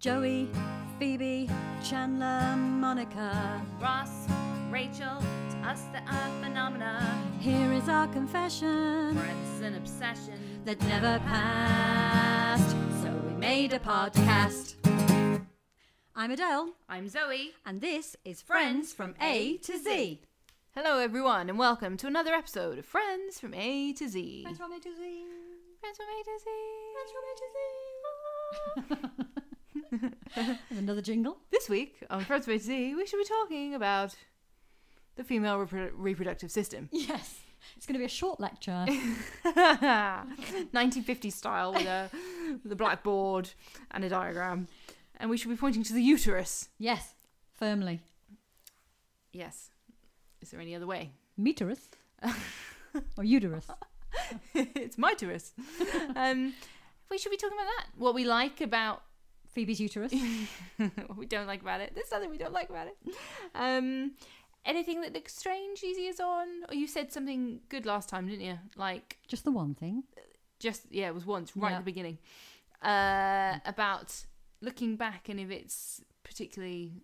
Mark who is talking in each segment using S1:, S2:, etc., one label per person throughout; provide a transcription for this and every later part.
S1: Joey, Phoebe, Chandler, Monica.
S2: Ross, Rachel, to us that are phenomena.
S1: Here is our confession
S2: For it's an obsession.
S1: that never passed. So we made a podcast. I'm Adele,
S2: I'm Zoe.
S1: and this is Friends from A to Z.
S2: Hello, everyone, and welcome to another episode of Friends from A to Z.
S1: Friends from A to Z.
S2: Friends from A to Z.
S1: Friends from A to Z. There's another jingle.
S2: This week on Friends from A to Z, we should be talking about the female reprodu- reproductive system.
S1: Yes. It's going to be a short lecture.
S2: 1950 style with a, with a blackboard and a diagram. And we should be pointing to the uterus.
S1: yes, firmly.
S2: Yes. Is there any other way?
S1: Meterus. or uterus.
S2: it's my tourist. um, we should be talking about that. What we like about,
S1: Phoebe's uterus.
S2: what we don't like about it. There's something we don't like about it. Um, anything that looks strange, easy is on. Or you said something good last time, didn't you? Like
S1: Just the one thing.
S2: just yeah, it was once right
S1: Yeah.
S2: at the beginning. Uh, about looking back and if it's particularly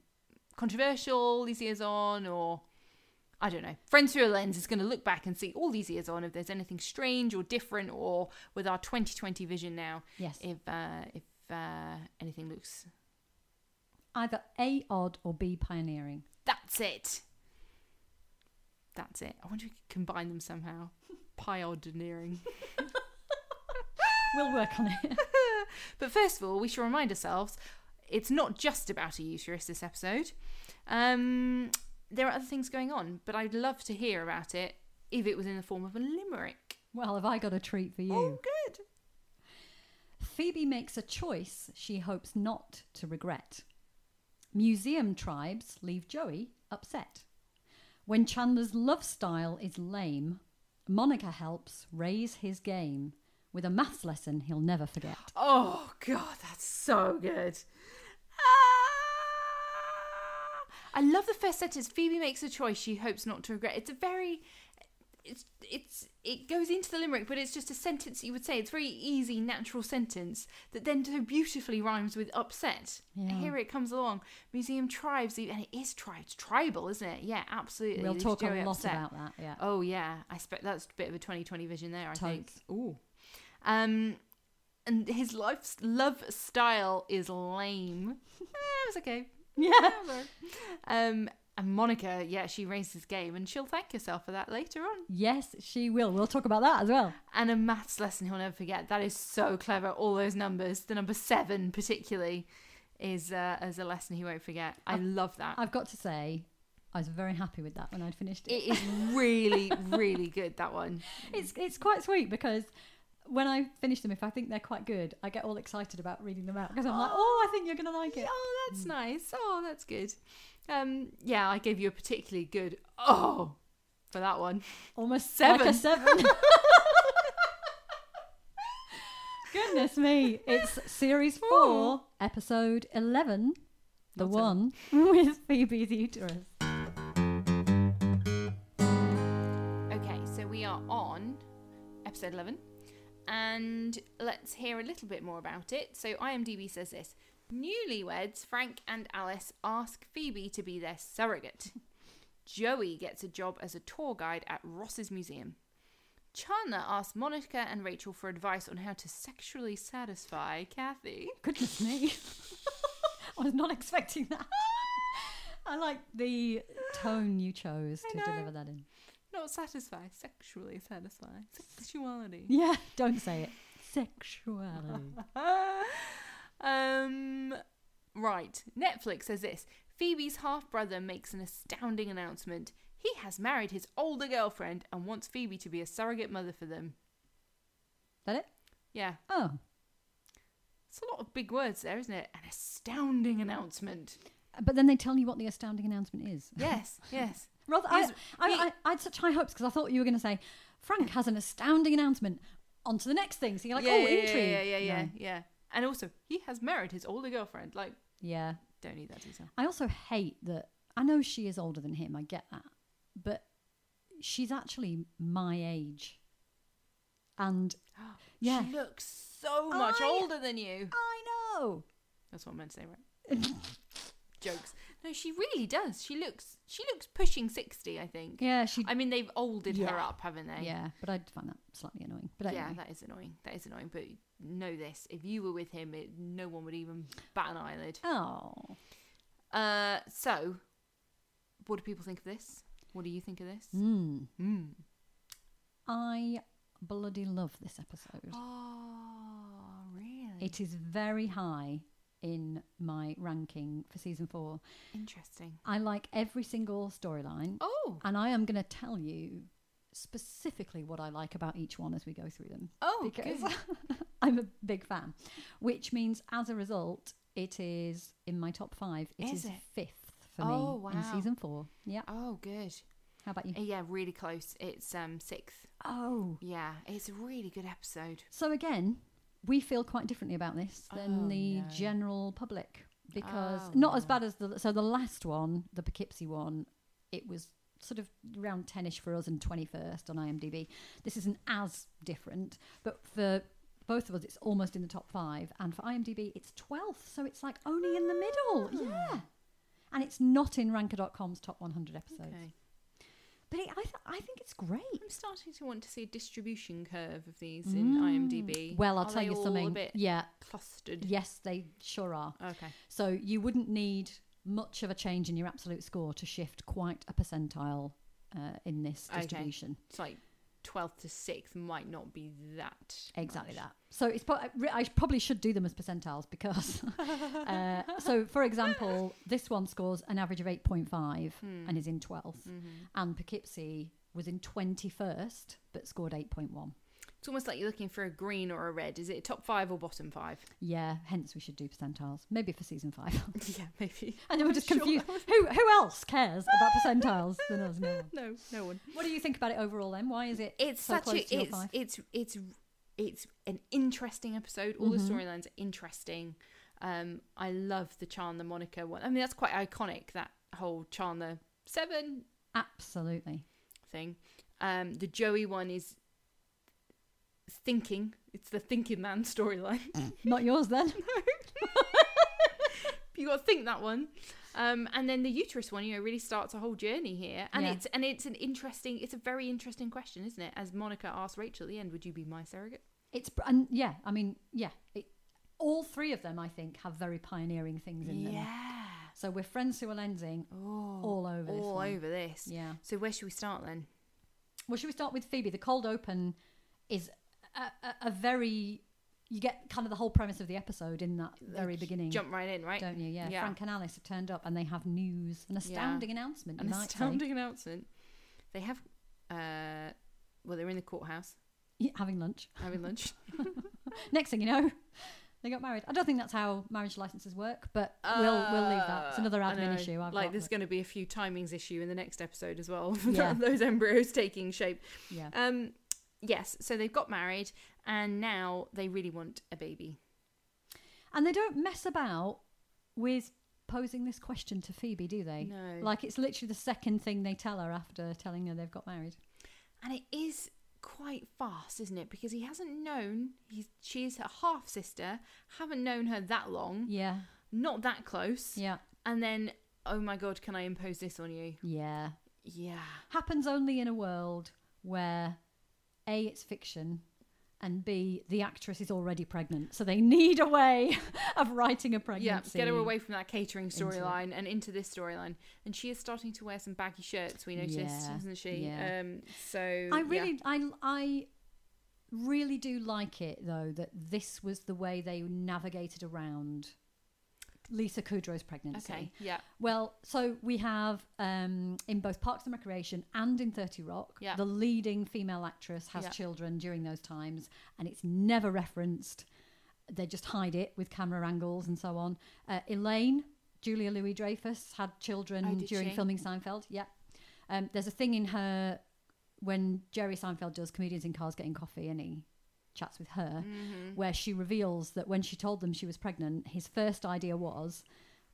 S2: controversial these years on or. I don't know. Friends through a lens is going to look back and see all these years on if there's anything strange or different, or with our 2020 vision now,
S1: Yes.
S2: if uh, if uh, anything looks.
S1: Either A, odd, or B, pioneering.
S2: That's it. That's it. I wonder if we could combine them somehow. Pioneering.
S1: We'll work on it.
S2: But first of all, we should remind ourselves it's not just about a uterus this episode. Um, there are other things going on, but I'd love to hear about it if it was in the form of a limerick.
S1: Well, have I got a treat for you?
S2: Oh, good.
S1: Phoebe makes a choice she hopes not to regret. Museum tribes leave Joey upset. When Chandler's love style is lame, Monica helps raise his game with a maths lesson he'll never forget.
S2: Oh god, that's so good. Ah! I love the first sentence. Phoebe makes a choice she hopes not to regret. It's a very it's it's it goes into the limerick, but it's just a sentence that you would say. It's a very easy, natural sentence that then so beautifully rhymes with upset.
S1: Yeah.
S2: Here it comes along. Museum tribes, e, and it is tribes, tribal, isn't it? Yeah, absolutely.
S1: We'll
S2: Leaves
S1: talk a
S2: Joey
S1: lot
S2: upset.
S1: about that, yeah.
S2: Oh yeah, I expect that's a bit of a 2020 vision there. I think.
S1: Totes.
S2: Ooh. Um, and his life's love style is lame. Eh, it was okay.
S1: Yeah.
S2: Um, and Monica, yeah, she raised his game, and she'll thank herself for that later on.
S1: Yes, she will. We'll talk about that as well.
S2: And a maths lesson he'll never forget. That is so clever. All those numbers, the number seven particularly, is uh, as a lesson he won't forget. I love that.
S1: I've got to say, I was very happy with that when I'd finished it.
S2: it is really, really good. That one.
S1: It's it's quite sweet because when I finish them, if I think they're quite good, I get all excited about reading them out because I'm like, oh, I think you're gonna like it. Mm.
S2: Oh, that's nice. Oh, that's good. Um, yeah, I gave you a particularly good oh for that one.
S1: Almost
S2: Seven.
S1: seven. Like a seven. Goodness me! It's series four,
S2: Oh.
S1: episode eleven, the
S2: Not
S1: one with Phoebe's uterus.
S2: Okay, so we are on episode 11, and let's hear a little bit more about it. So, IMDb says this Newlyweds Frank and Alice ask Phoebe to be their surrogate. Joey gets a job as a tour guide at Ross's Museum. Chandler asks Monica and Rachel for advice on how to sexually satisfy Kathy.
S1: Goodness me! I was not expecting that. I like the tone you chose
S2: I
S1: to
S2: know.
S1: deliver that in.
S2: Not satisfy, sexually satisfy. Sexuality.
S1: Yeah, don't say it. Sexuality.
S2: um, right. Netflix says this Phoebe's half brother makes an astounding announcement. He has married his older girlfriend and wants Phoebe to be a surrogate mother for them.
S1: that it?
S2: Yeah,
S1: Oh,
S2: it's a lot of big words there, isn't it? An astounding announcement.
S1: but then they tell you what the astounding announcement is.
S2: Yes, yes.
S1: Rather, I,
S2: Is-
S1: I,
S2: he-
S1: I, I had such high hopes because I thought you were going to say Frank has an astounding announcement. On to the next thing. So you're like,
S2: yeah,
S1: oh,
S2: yeah, yeah,
S1: intrigue.
S2: Yeah, yeah, yeah,
S1: No.
S2: yeah. And also, he has married his older girlfriend. Like,
S1: yeah.
S2: don't need that detail.
S1: I also hate that. I know she is older than him. I get that, but she's actually my age, and yeah,
S2: She looks so much
S1: I-
S2: older than you.
S1: I know.
S2: That's what I meant to say, right? Jokes. No, she really does. She looks she looks pushing sixty, I think.
S1: Yeah, she.
S2: I mean they've olded her
S1: Yeah.
S2: up, haven't they?
S1: yeah, but I'd find that slightly annoying. But anyway,
S2: Yeah, that is annoying. That is annoying. But know this: if you were with him, it, no one would even bat an eyelid.
S1: oh,
S2: Uh, so, what do people think of this? What do you think of this?
S1: mm,
S2: Mm.
S1: I bloody love this episode.
S2: Oh, really?
S1: It is very high in my ranking for season four.
S2: Interesting.
S1: I like every single storyline,
S2: Oh,
S1: and I am going to tell you specifically what I like about each one as we go through them.
S2: oh,
S1: because
S2: good.
S1: I'm a big fan, which means as a result, it is in my top five. It
S2: Is
S1: is,
S2: it?
S1: fifth for
S2: Oh,
S1: me in
S2: wow.
S1: season four. Yeah.
S2: Oh, good.
S1: How about you?
S2: Uh, Yeah, really close. It's um sixth.
S1: Oh.
S2: Yeah, it's a really good episode.
S1: So again, we feel quite differently about this than
S2: Oh,
S1: the
S2: no.
S1: general public because
S2: Oh,
S1: not as
S2: no.
S1: bad as the so the last one, the Poughkeepsie one, it was sort of round 10ish for us and 21st on IMDb. This isn't as different, but for both of us it's almost in the top 5 and for IMDb it's 12th, so it's like only in the middle.
S2: Ah.
S1: Yeah. And it's not in ranker.com's top 100 episodes.
S2: Okay.
S1: But it, I th- I think it's great.
S2: I'm starting to want to see a distribution curve of these in IMDb.
S1: Mm. Well, I'll
S2: Are
S1: tell
S2: they
S1: you
S2: all
S1: something.
S2: A bit
S1: Yeah.
S2: clustered.
S1: Yes, they sure are.
S2: Okay.
S1: So you wouldn't need much of a change in your absolute score to shift quite a percentile uh, in this
S2: Okay.
S1: distribution.
S2: It's like 12th to 6th might not be that.
S1: Exactly
S2: much.
S1: that. So it's pro- I re- I probably should do them as percentiles because. uh, so for example, this one scores an average of eight point five
S2: Hmm.
S1: and is in 12th
S2: Mm-hmm.
S1: and Poughkeepsie was in twenty first but scored eight point one.
S2: It's almost like you're looking for a green or a red. Is it top five or bottom five?
S1: Yeah, hence we should do percentiles, maybe for season five.
S2: yeah, maybe.
S1: and then we're just
S2: Sure.
S1: confused. Who who else cares about percentiles than us? No. one.
S2: No, no one.
S1: What do you think about it overall then? Why is it
S2: It's
S1: so
S2: such
S1: close
S2: a
S1: to your
S2: it's,
S1: five?
S2: it's it's it's an interesting episode. All
S1: Mm-hmm.
S2: the storylines are interesting. Um, I love the Chandler Monica one. I mean, that's quite iconic. That whole Chandler Seven
S1: Absolutely.
S2: thing. Um, the Joey one is thinking. It's the thinking man storyline.
S1: Not yours then.
S2: you got to think that one. Um, and then the uterus one, you know, really starts a whole journey here, and
S1: Yeah.
S2: it's and it's an interesting, it's a very interesting question, isn't it? As Monica asked Rachel at the end, "Would you be my surrogate?"
S1: It's br- and yeah, I mean, yeah. It, all three of them I think have very pioneering things in them.
S2: Yeah,
S1: So we're friends who are lensing
S2: oh,
S1: all over this.
S2: all
S1: one.
S2: over this.
S1: Yeah.
S2: So where should we start then?
S1: Well, should we start with Phoebe? The cold open is a, a, a very you get kind of the whole premise of the episode in that very beginning.
S2: Jump right in, right?
S1: Don't you? Yeah.
S2: Yeah.
S1: Frank and Alice have turned up and they have news, an astounding announcement. you
S2: An
S1: might say.
S2: astounding announcement. They have, uh, well, they're in the courthouse
S1: Yeah, having lunch.
S2: having lunch.
S1: Next thing you know, they got married. I don't think that's how marriage licenses work, but we'll we'll leave that. It's
S2: Uh,
S1: another
S2: I know.
S1: admin issue. I've
S2: like,
S1: got,
S2: there's
S1: but-
S2: going to be a few timings issue in the next episode as well.
S1: Yeah.
S2: Those embryos taking shape.
S1: yeah.
S2: Um, yes, so they've got married and now they really want a baby.
S1: And they don't mess about with posing this question to Phoebe, do they?
S2: No.
S1: Like it's literally the second thing they tell her after telling her they've got married.
S2: And it is quite fast, isn't it? Because he hasn't known he's she is her half sister, haven't known her that long,
S1: Yeah.
S2: not that close.
S1: Yeah.
S2: And then, oh my god, can I impose this on you?
S1: Yeah.
S2: Yeah.
S1: Happens only in a world where A it's fiction and B the actress is already pregnant. So they need a way of writing a
S2: Yeah,
S1: pregnancy.
S2: get her away from that catering
S1: Into it.
S2: storyline and into this storyline. And she is starting to wear some baggy shirts, we noticed,
S1: Yeah,
S2: isn't she?
S1: yeah.
S2: Um so
S1: I
S2: yeah.
S1: really, I, I really do like it though that this was the way they navigated around Lisa Kudrow's pregnancy.
S2: Okay, yeah.
S1: Well, so we have um, in both Parks and Recreation and in Thirty Rock,
S2: Yeah.
S1: the leading female actress has
S2: Yeah.
S1: children during those times, and it's never referenced. They just hide it with camera angles and so on. Uh, Elaine, Julia Louis Dreyfus, had children
S2: Oh, did
S1: during
S2: she?
S1: filming Seinfeld. Yeah, um, there's a thing in her when Jerry Seinfeld does comedians in cars getting coffee, and he chats with
S2: Mm.
S1: her,
S2: Mm-hmm.
S1: where she reveals that when she told them she was pregnant, his first idea was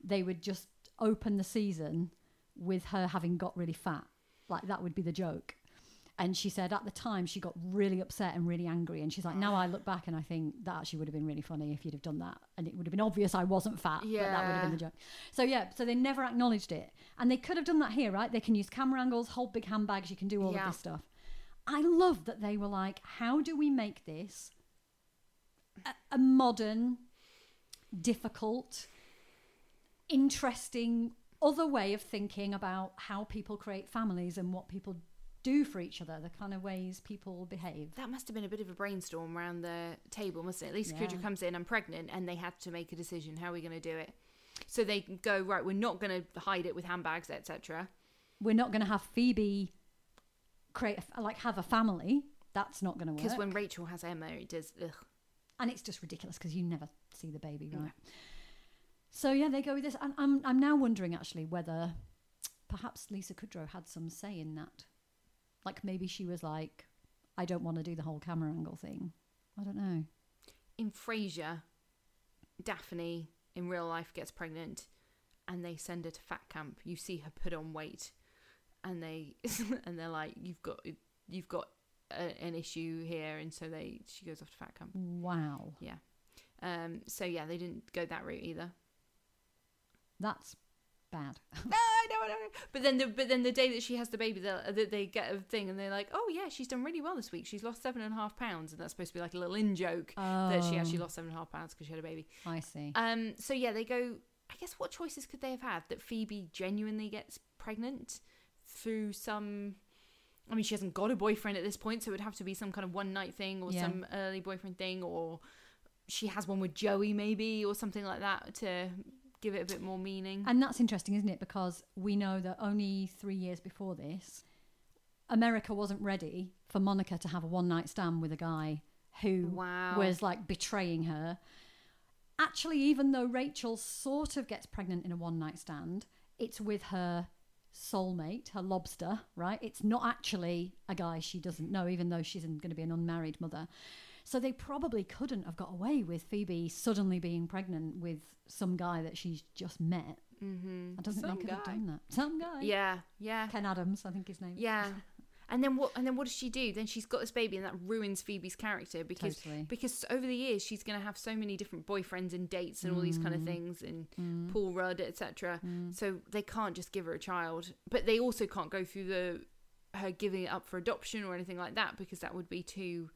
S1: they would just open the season with her having got really fat. Like that would be the joke. And she said at the time she got really upset and really angry. And she's like, now I look back and I think that actually would have been really funny if you'd have done that. And it would have been obvious I wasn't fat. But that would have been
S2: Yeah.
S1: the joke. So yeah, so they never acknowledged it. And they could have done that here, right? They can use camera angles, hold big handbags, you can do all
S2: Yeah.
S1: of this stuff. I love that they were like, how do we make this a, a modern, difficult, interesting other way of thinking about how people create families and what people do for each other, the kind of ways people behave.
S2: That must have been a bit of a brainstorm around the table, mustn't it? Lisa Kudrow
S1: Yeah.
S2: comes in, I'm pregnant, and they had to make a decision. How are we going to do it? So they go right. We're not going to hide it with handbags, etc.
S1: We're not going to have Phoebe create, a f like, have a family. That's not going to work.
S2: Because when Rachel has Emma, it does. Ugh.
S1: and it's just ridiculous because you never see the baby, right? So yeah, they go with this, and I'm I'm now wondering actually whether perhaps Lisa Kudrow had some say in that, like maybe she was like, I don't want to do the whole camera angle thing. I don't know.
S2: In Frasier, Daphne in real life gets pregnant, and they send her to fat camp. You see her put on weight, and they and they're like, "You've got you've got a, an issue here," and so they she goes off to fat camp.
S1: Wow,
S2: Um, so yeah, they didn't go that route either.
S1: that's bad.
S2: no, no, no, no. But then, the, but then the day that she has the baby, that they, they get a thing and they're like, oh yeah, she's done really well this week. She's lost seven and a half pounds, and that's supposed to be like a little in joke that she actually
S1: Oh,
S2: lost seven and a half pounds because she had a baby.
S1: I see.
S2: Um, so yeah, they go. I guess what choices could they have had that Phoebe genuinely gets pregnant through some? I mean, she hasn't got a boyfriend at this point, so it would have to be some kind of one night thing or
S1: Yeah.
S2: some early boyfriend thing, or she has one with Joey maybe or something like that to give it a bit more meaning.
S1: And that's interesting, isn't it? Because we know that only three years before this, America wasn't ready for Monica to have a one night stand with a guy who
S2: wow.
S1: was like betraying her. Actually, even though Rachel sort of gets pregnant in a one night stand, it's with her soulmate, her lobster, right? It's not actually a guy she doesn't know, even though she's going to be an unmarried mother. So they probably couldn't have got away with Phoebe suddenly being pregnant with some guy that she's just met.
S2: Mm-hmm.
S1: I don't think they could have done that. Some guy.
S2: Yeah, yeah,
S1: Ken Adams, I think his name. is.
S2: yeah. And then what? And then what does she do? Then she's got this baby, and that ruins Phoebe's character because
S1: Totally.
S2: because over the years she's going to have so many different boyfriends and dates and all these
S1: Mm.
S2: kind of things and Paul Rudd, etc. So they can't just give her a child, but they also can't go through the her giving it up for adoption or anything like that because that would be too.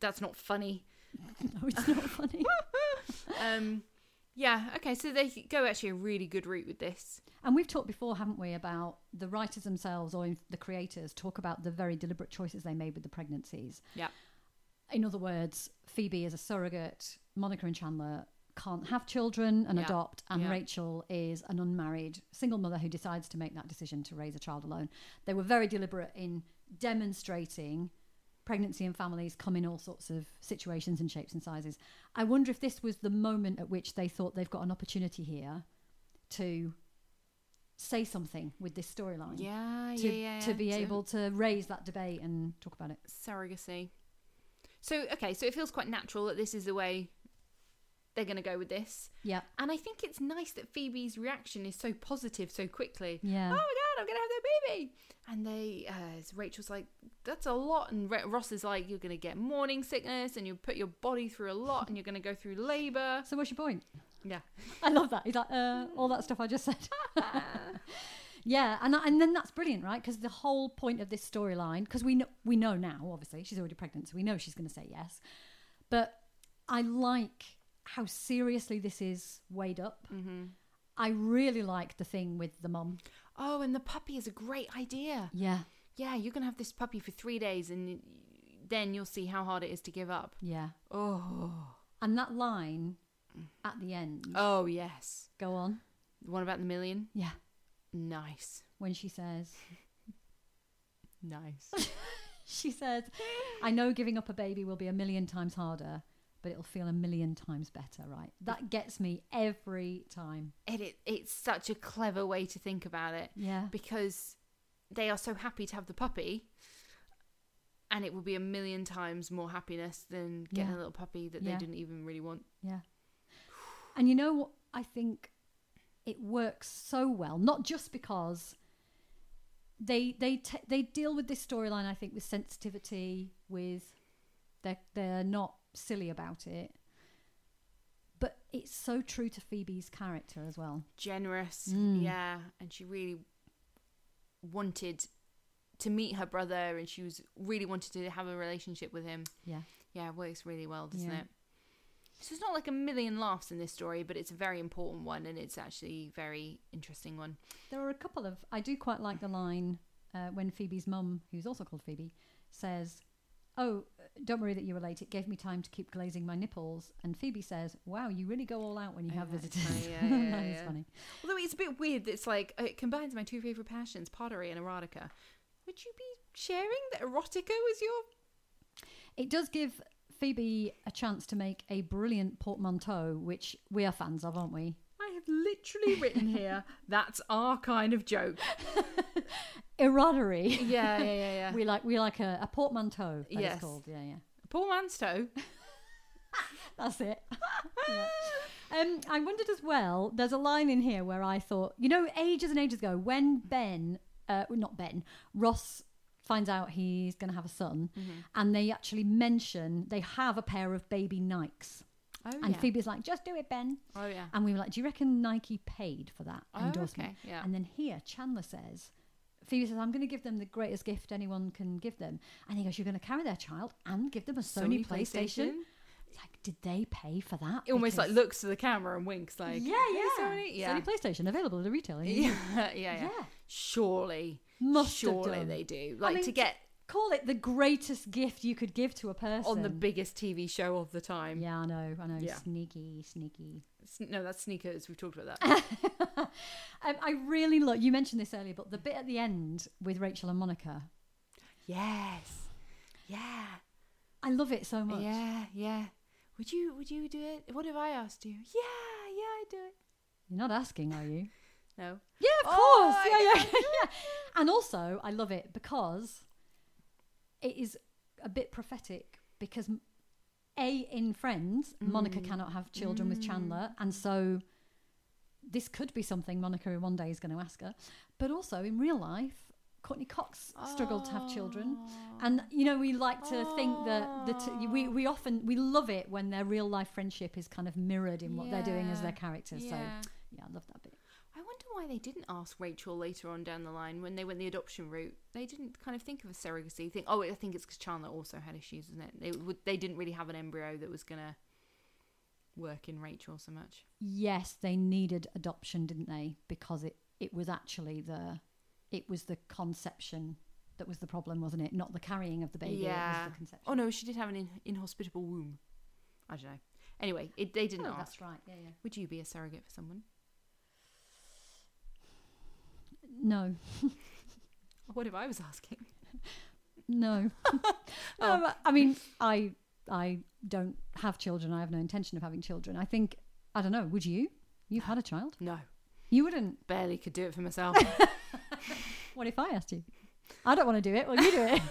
S2: That's not funny.
S1: No, it's not funny.
S2: Um, yeah. Okay. So they go actually a really good route with this.
S1: And we've talked before, haven't we, about the writers themselves or in- the creators talk about the very deliberate choices they made with the pregnancies.
S2: Yeah.
S1: In other words, Phoebe is a surrogate, Monica and Chandler can't have children and
S2: Yeah.
S1: adopt, and
S2: Yeah.
S1: Rachel is an unmarried single mother who decides to make that decision to raise a child alone. They were very deliberate in demonstrating pregnancy and families come in all sorts of situations and shapes and sizes. I wonder if this was the moment at which they thought they've got an opportunity here to say something with this storyline.
S2: Yeah.
S1: To,
S2: yeah, yeah.
S1: to be
S2: yeah.
S1: able to raise that debate and talk about it.
S2: surrogacy. So okay, so it feels quite natural that this is the way they're going to go with this.
S1: Yeah.
S2: And I think it's nice that Phoebe's reaction is so positive so quickly.
S1: Yeah.
S2: Oh my god, I'm going to have that baby. And they uh, so Rachel's like that's a lot and Ra- Ross is like you're going to get morning sickness and you put your body through a lot and you're going to go through labor.
S1: So what's your point?
S2: Yeah.
S1: I love that. He's like, uh, all that stuff I just said. yeah, and and then that's brilliant, right? Because the whole point of this storyline, because we know we know now, obviously she's already pregnant, so we know she's going to say yes. But I like how seriously this is weighed up.
S2: Mm-hmm.
S1: I really like the thing with the mum.
S2: Oh, and the puppy is a great idea.
S1: Yeah,
S2: Yeah, you're going to have this puppy for 3 days and then you'll see how hard it is to give up.
S1: yeah.
S2: Oh.
S1: And that line at the end.
S2: Oh, yes.
S1: Go on.
S2: One about the million?
S1: Yeah.
S2: Nice.
S1: When she says,
S2: Nice.
S1: she says, I know giving up a baby will be a million times harder, but it'll feel a million times better, right? That gets me every time.
S2: and it, it's such a clever way to think about it
S1: Yeah.
S2: because they are so happy to have the puppy and it will be a million times more happiness than getting
S1: Yeah.
S2: a little puppy that
S1: Yeah.
S2: they didn't even really want.
S1: Yeah. And you know what? I think it works so well, not just because they they t- they deal with this storyline I think with sensitivity with they're, they're not silly about it but it's so true to Phoebe's character as well
S2: Generous,
S1: Mm.
S2: yeah. And she really wanted to meet her brother and she was really wanted to have a relationship with him.
S1: Yeah.
S2: Yeah, it works really well, doesn't
S1: Yeah.
S2: it? So it's not like a million laughs in this story, but it's a very important one and it's actually a very interesting one.
S1: There are a couple of. I do quite like the line uh, when Phoebe's mum, who's also called Phoebe, says, "Oh, don't worry that you were late. It gave me time to keep glazing my nipples." And Phoebe says, "Wow, you really go all out when you
S2: Oh,
S1: have
S2: that is
S1: visitors."
S2: funny. Yeah, yeah,
S1: That is
S2: yeah.
S1: funny.
S2: Although it's a bit weird, that it's like uh, it combines my two favourite passions, pottery and erotica. Would you be sharing that erotica was your
S1: It does give Phoebe a chance to make a brilliant portmanteau, which we are fans of, aren't we?
S2: I have literally written here, that's our kind of joke.
S1: Erodery.
S2: Yeah, yeah, yeah, yeah.
S1: We like we like a, a portmanteau. That
S2: Yes.
S1: it's called. Yeah, yeah.
S2: Paul Manstow.
S1: That's it. Yeah. Um, I wondered as well. There's a line in here where I thought, you know, ages and ages ago, when Ben, uh, well, not Ben, Ross finds out he's going to have a son,
S2: Mm-hmm.
S1: and they actually mention they have a pair of baby Nikes,
S2: Oh,
S1: and Phoebe's like, "Just do it, Ben,"
S2: Oh, yeah.
S1: and we were like, "Do you reckon Nike paid for that
S2: Oh,
S1: endorsement?"
S2: okay, yeah.
S1: And then here, Chandler says. Phoebe says, "I'm going to give them the greatest gift anyone can give them," and he goes, "You're going to carry their child and give them a Sony, PlayStation. It's like, did they pay for that?
S2: It almost like
S1: Because-
S2: looks to the camera and winks like,
S1: yeah,
S2: "Hey,
S1: yeah.
S2: Sony. Yeah.
S1: Sony PlayStation available at a retailer.
S2: yeah. yeah, yeah.
S1: Yeah.
S2: Surely.
S1: Must
S2: surely
S1: have done.
S2: they do. Like
S1: mean,
S2: to get
S1: Call it the greatest gift you could give to a person
S2: on the biggest TV show of the time.
S1: Yeah, I know, I know.
S2: Yeah.
S1: Sneaky, sneaky.
S2: S- No, that's sneakers. We've talked about that.
S1: Um, I really love. You mentioned this earlier, but the bit at the end with Rachel and Monica,
S2: yes. Yeah.
S1: I love it so much.
S2: Yeah, yeah. Would you would you do it? What if I asked you? Yeah, yeah, I'd do it.
S1: You're not asking, are you?
S2: No.
S1: Yeah, of
S2: Oh,
S1: course. Yeah, yeah, yeah. And also, I love it because it is a bit prophetic because a in Friends,
S2: Mm.
S1: Monica cannot have children with Chandler, and so this could be something Monica one day is going to ask her. But also in real life, Courtney Cox struggled to have children. And you know we like to think that the t- we we often we love it when their real life friendship is kind of mirrored in what they're doing as
S2: Yeah.
S1: their characters. So
S2: Yeah.
S1: yeah, I love that bit.
S2: I wonder why they didn't ask Rachel later on down the line when they went the adoption route. They didn't kind of think of a surrogacy thing. Oh, I think it's because Chandler also had issues, isn't it? They would, they didn't really have an embryo that was gonna work in Rachel so much.
S1: yes, they needed adoption, didn't they? Because it, it was actually the it was the conception that was the problem, wasn't it? Not the carrying of the baby. It
S2: Yeah.
S1: was the conception.
S2: Oh no, she did have an in, inhospitable womb. I don't know. Anyway, it, they didn't
S1: Oh,
S2: ask.
S1: that's right. Yeah, yeah.
S2: Would you be a surrogate for someone?
S1: No,
S2: What if I was asking?
S1: no.
S2: Oh.
S1: No, I mean, I I don't have children. I have no intention of having children. I think I don't know. Would you? You've had a child.
S2: No,
S1: You wouldn't.
S2: barely could do it for myself.
S1: What if I asked you? I don't want to do it. Well, you do it.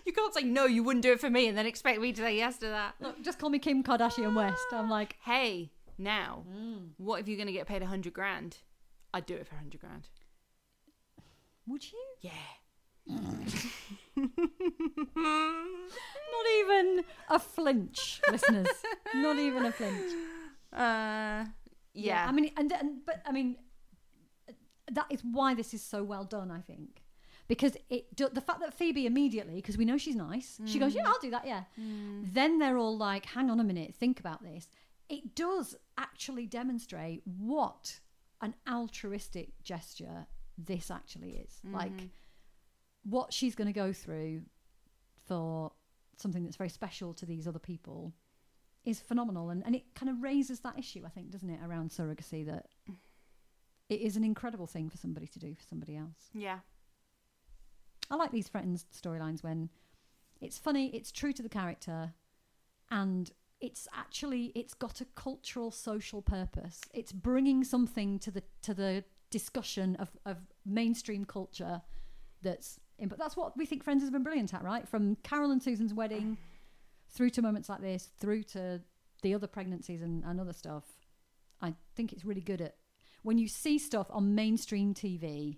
S2: you can't say no, you wouldn't do it for me, and then expect me to say yes to that.
S1: Look, just call me Kim Kardashian West. I'm like,
S2: Hey, now, what if you're gonna get paid a hundred grand? I'd do it for a hundred grand.
S1: would you?
S2: Yeah.
S1: Not even a flinch, listeners. Not even a flinch.
S2: Uh, yeah.
S1: I mean, and, and but I mean, that is why this is so well done. I think because it do- the fact that Phoebe immediately, because we know she's nice, she goes, "Yeah, I'll do that." Yeah.
S2: Mm,
S1: Then they're all like, "Hang on a minute, think about this." It does actually demonstrate what an altruistic gesture this actually is.
S2: Mm-hmm.
S1: Like what she's going to go through for something that's very special to these other people is phenomenal and, and it kind of raises that issue i think doesn't it around surrogacy that it is an incredible thing for somebody to do for somebody else
S2: yeah.
S1: i like these friends storylines when it's funny it's true to the character and it's actually it's got a cultural social purpose it's bringing something to the to the discussion of, of mainstream culture that's in but that's what we think friends has been brilliant at right from carol and susan's wedding through to moments like this through to the other pregnancies and, and other stuff i think it's really good at when you see stuff on mainstream tv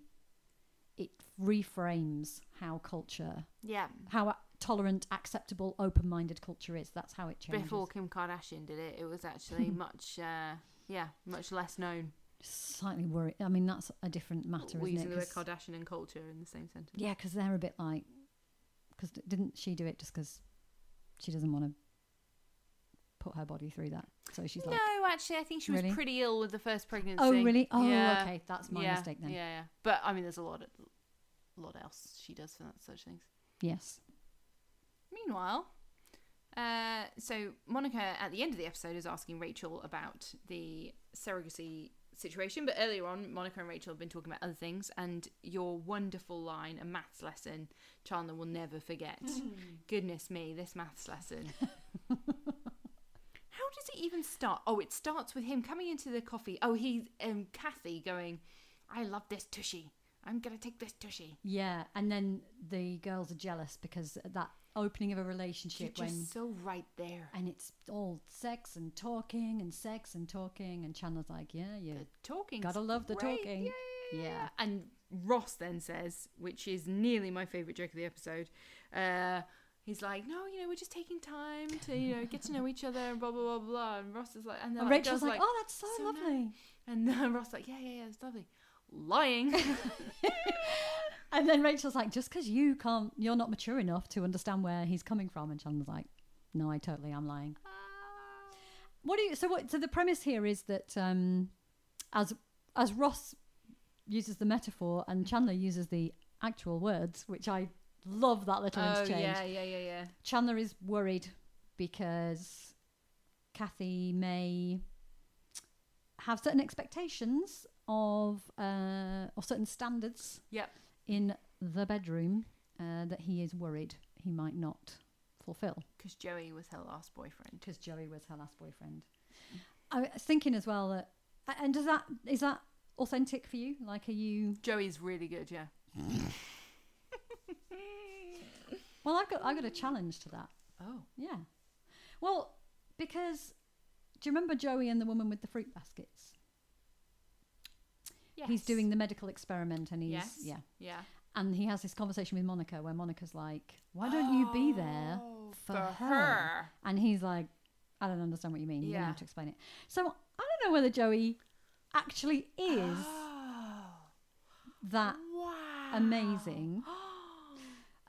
S1: it reframes how culture,
S2: Yeah.
S1: how tolerant, acceptable, open-minded culture is. That's how it changes.
S2: Before Kim Kardashian did it, it was actually much, uh, yeah, much less known.
S1: Slightly worried. I mean, that's a different matter,
S2: We're
S1: isn't
S2: using
S1: it?
S2: the word
S1: 'Cause-
S2: Kardashian and culture in the same sentence.
S1: Yeah, because they're a bit like, because didn't she do it just because she doesn't want to put her body through that? So she's like,
S2: no, actually, I think she was
S1: Really?
S2: pretty ill with the first pregnancy.
S1: oh really? Oh
S2: Yeah.
S1: okay, that's my
S2: yeah,
S1: mistake then.
S2: Yeah, yeah. But I mean, there's a lot, of, lot else she does for that such things.
S1: Yes.
S2: Meanwhile, uh, so Monica at the end of the episode is asking Rachel about the surrogacy situation, but earlier on, Monica and Rachel have been talking about other things, and your wonderful line, a maths lesson, Chandler will never forget. Goodness me, this maths lesson. How does it even start? Oh, it starts with him coming into the coffee. Oh, he's um, Kathy going, I love this tushy. I'm going to take this tushy.
S1: Yeah, and then the girls are jealous because at that opening of a
S2: You're
S1: relationship
S2: just
S1: when
S2: so right there.
S1: and it's all sex and talking and sex and talking and Chandler's like, yeah, yeah,
S2: The talking.
S1: gotta love the
S2: great.
S1: talking.
S2: Yeah, yeah, yeah.
S1: Yeah.
S2: And Ross then says, which is nearly my favourite joke of the episode, uh, he's like, no, you know, we're just taking time to, you know, get to know each other and blah, blah, blah, blah. And Ross is like, and then
S1: And Rachel's like,
S2: like,
S1: oh, that's so,
S2: so
S1: lovely.
S2: and then Ross like, yeah, yeah, yeah, it's lovely. Lying.
S1: And then Rachel's like, just because you can't, you're not mature enough to understand where he's coming from. And Chandler's like, no, I totally am lying. What do you? So what? So the premise here is that um, as as Ross uses the metaphor and Chandler uses the actual words, which I love that little
S2: oh,
S1: interchange.
S2: yeah, yeah, yeah, yeah.
S1: Chandler is worried because Kathy may have certain expectations of uh, or certain standards
S2: Yep.
S1: in the bedroom uh, that he is worried he might not fulfill
S2: Because Joey was her last boyfriend.
S1: because Joey was her last boyfriend. I was thinking as well that a- and does that is that authentic for you? Like, are you?
S2: Joey's really good, yeah.
S1: Well, I've got I got a challenge to that.
S2: Oh.
S1: Yeah. Well, because do you remember Joey and the woman with the fruit baskets?
S2: Yes.
S1: He's doing the medical experiment and he's
S2: Yes.
S1: yeah.
S2: Yeah.
S1: And he has this conversation with Monica where Monica's like, "Why don't you be there?"
S2: Oh,
S1: for her? And he's like, "I don't understand what you mean. You don't
S2: Yeah.
S1: have to explain it." So, I don't know whether Joey actually is
S2: Oh.
S1: that
S2: wow.
S1: amazing.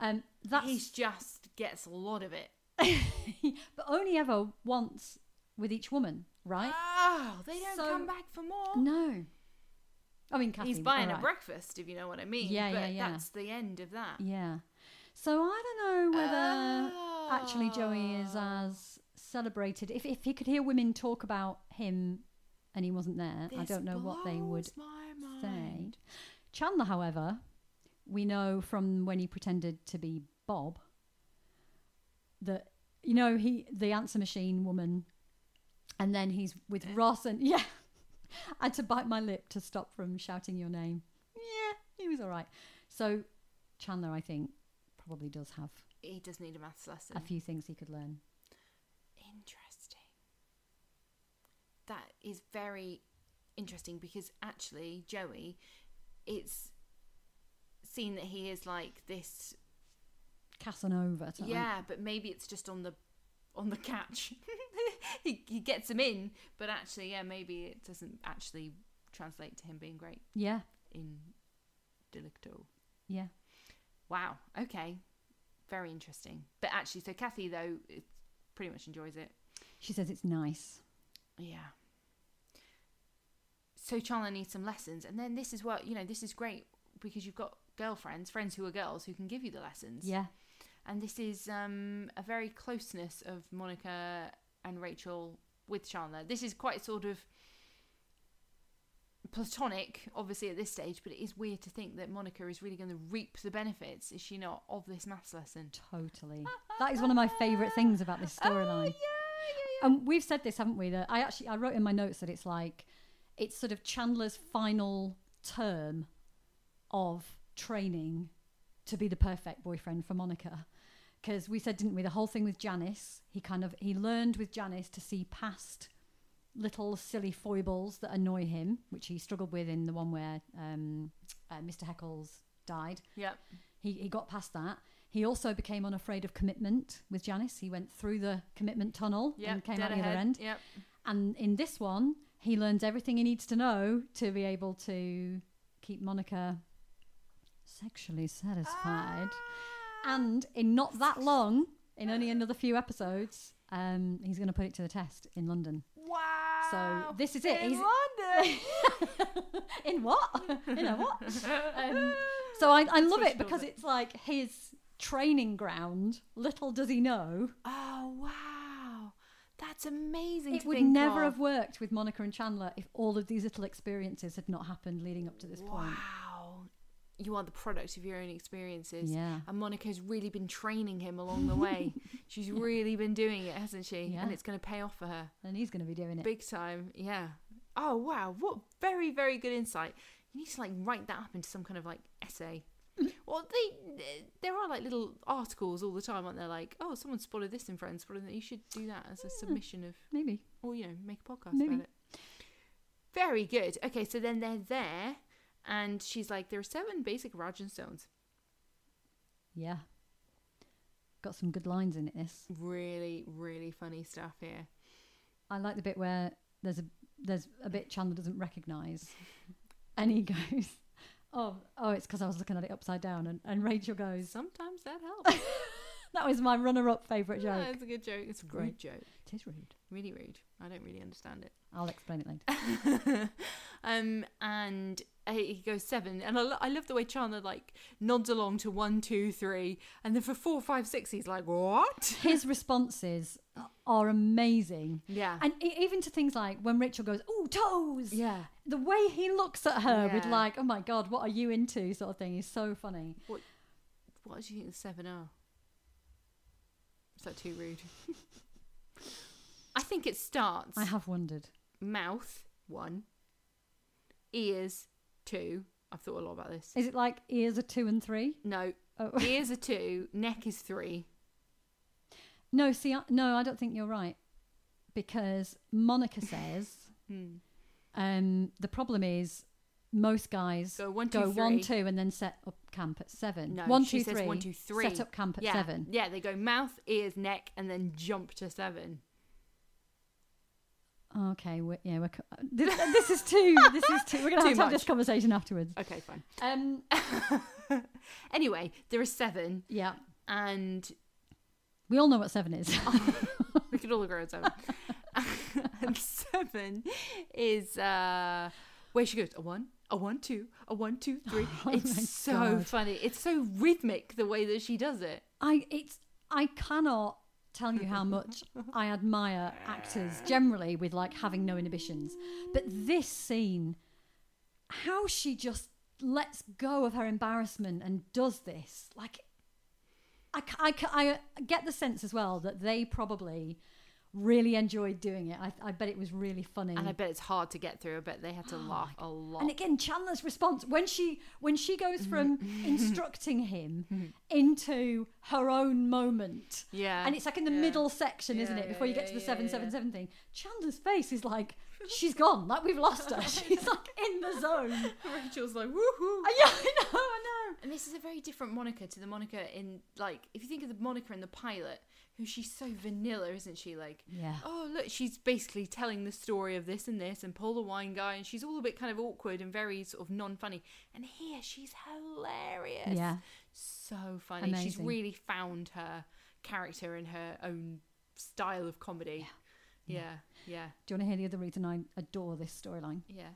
S1: um that's
S2: He's just gets a lot of it.
S1: but only ever once with each woman, right?
S2: Oh, they don't
S1: So-
S2: come back for more.
S1: No. I mean, Kathy,
S2: Oh. He's buying a
S1: alright.
S2: breakfast, if you know what I mean.
S1: Yeah,
S2: but
S1: yeah, yeah.
S2: That's the end of that.
S1: Yeah. So I don't know whether actually Joey is uh,
S2: Oh.
S1: as celebrated. If if he could hear women talk about him and he wasn't there, I
S2: Oh, This
S1: don't know what they would
S2: blows my
S1: say.
S2: mind.
S1: Chandler, however, we know from when he pretended to be Bob that you know he the answer machine woman, and then he's with Ross and yeah. I had to bite my lip to stop from shouting your name. Yeah, he was all right. So Chandler, I think, probably does have
S2: He does need a maths lesson.
S1: a few things he could learn.
S2: Interesting. That is very interesting because actually, Joey, it's seen that he is like this.
S1: Casanova. Type.
S2: yeah, but maybe it's just on the on the catch. he, he gets him in, but actually, yeah, maybe it doesn't actually translate to him being great
S1: Yeah.
S2: in delicto.
S1: Yeah.
S2: Wow. Okay. Very interesting. But actually, so Kathy though, it pretty much enjoys it.
S1: She says it's nice.
S2: Yeah. So Chandler needs some lessons, and then this is what you know. This is great because you've got girlfriends, friends who are girls who can give you the lessons.
S1: Yeah.
S2: And this is um, a very closeness of Monica and Rachel with Chandler. This is quite sort of platonic, obviously at this stage, but it is weird to think that Monica is really going to reap the benefits, is she not, of this maths lesson?
S1: Totally. That is one of my favourite things about this
S2: Oh, yeah,
S1: storyline. Um,
S2: yeah, yeah.
S1: And we've said this, haven't we? That I actually I wrote in my notes that it's like it's sort of Chandler's final term of training to be the perfect boyfriend for Monica. Because we said, didn't we, the whole thing with Janice, he kind of he learned with Janice to see past little silly foibles that annoy him, which he struggled with in the one where um, uh, Mr. Heckles died.
S2: Yep.
S1: He, he got past that. He also became unafraid of commitment with Janice. He went through the commitment tunnel
S2: Yep.
S1: and came
S2: Dead
S1: out the
S2: ahead.
S1: other end.
S2: Yep.
S1: And in this one, he learns everything he needs to know to be able to keep Monica sexually satisfied.
S2: Ah.
S1: And in not that long, in only another few episodes, um, he's going to put it to the test in London.
S2: Wow.
S1: this is it.
S2: In
S1: He's-
S2: London.
S1: In what? in a what? Um, so I, I love
S2: Switched
S1: it because
S2: over.
S1: it's like his training ground. Little does he know.
S2: oh wow, that's amazing.
S1: It
S2: to
S1: would
S2: think
S1: never
S2: of.
S1: have worked with Monica and Chandler if all of these little experiences had not happened leading up to this point.
S2: Wow. You are the product of your own experiences.
S1: Yeah.
S2: And Monica's really been training him along the way. She's really been doing it, hasn't she?
S1: Yeah.
S2: And it's going to pay off for her
S1: And he's going to be doing it.
S2: big time. Yeah. Oh, wow. What very, very good insight. You need to like write that up into some kind of like essay. Well, they there are like little articles all the time, aren't there? Like, oh, someone spotted this in Friends. Spotted that. You should do that as a submission of
S1: Maybe.
S2: or you know make a podcast
S1: Hmm. Maybe.
S2: about it very good okay so then they're there and she's like there are seven basic rajan stones
S1: Yeah. Got some good lines in it, this.
S2: really really funny stuff here
S1: I like the bit where there's a there's a bit Chandler doesn't recognise and he goes, Oh, oh, it's because I was looking at it upside down and, and Rachel goes,
S2: sometimes that helps
S1: That was my runner up favourite joke.
S2: yeah, it's a good joke it's a rude
S1: Great.
S2: joke
S1: It is rude.
S2: really rude i don't really understand it
S1: I'll explain it later.
S2: um and uh, he goes seven and I, lo- I love the way chandler like nods along to one two three and then for four five six he's like what
S1: His responses are amazing.
S2: yeah
S1: And e- even to things like when Rachel goes, "Oh, toes!"
S2: yeah
S1: The way he looks at her with
S2: Yeah.
S1: like, "Oh my god, what are you into?" sort of thing is so funny.
S2: What do you think the seven are? Is that too rude? I think it starts
S1: I have wondered.
S2: mouth one, ears two. I've thought a lot about this.
S1: Is it like ears are two and three?
S2: No,
S1: Oh.
S2: ears are two, neck is three.
S1: No, see, I, no, I don't think you're right because Monica says
S2: Hmm.
S1: um, the problem is most guys
S2: So one, two,
S1: go one,
S2: three.
S1: two, and then set up camp at seven.
S2: No,
S1: One,
S2: she
S1: two,
S2: says
S1: three,
S2: one, two, three.
S1: Set up camp at
S2: yeah,
S1: seven.
S2: yeah. They go mouth, ears, neck, and then jump to seven.
S1: Okay, we yeah, we're, co- this, this is too. This is too. We're gonna have
S2: Too
S1: to have
S2: much.
S1: this conversation afterwards.
S2: Okay, fine.
S1: Um,
S2: Anyway, there are seven,
S1: yeah,
S2: and
S1: we all know what seven is.
S2: we could all agree on seven. and seven is uh, where she goes a one, a one, two, a one, two, three.
S1: Oh my
S2: it's so
S1: God.
S2: funny. It's so rhythmic the way that she does it.
S1: I it's I cannot tell you how much I admire actors generally with like having no inhibitions. But this scene, how she just lets go of her embarrassment and does this, like I, ca- I, ca- I uh, get the sense as well that they probably really enjoyed doing it. I, I bet it was really funny.
S2: And I bet it's hard to get through. I bet they had to laugh a lot.
S1: Mm. And again, Chandler's response when she when she goes from instructing him into her own moment,
S2: yeah.
S1: and it's like in the
S2: Yeah.
S1: middle section, isn't
S2: Yeah,
S1: it? Before you
S2: yeah,
S1: get to the
S2: yeah,
S1: seven seven seven thing, Chandler's face is like she's gone, like we've lost her. She's like in the zone. And
S2: Rachel's like woohoo.
S1: yeah, I know, I know.
S2: And this is a very different Monica to the Monica in like if you think of the Monica in the pilot, who she's so vanilla, isn't she? Like
S1: Yeah,
S2: oh look she's basically telling the story of this and this and pull the wine guy and she's all a bit kind of awkward and very sort of non-funny and here she's hilarious
S1: yeah,
S2: so funny she's
S1: Amazing.
S2: really found her character and her own style of comedy yeah yeah yeah
S1: Do you want to hear the other reason I adore this storyline?
S2: yeah,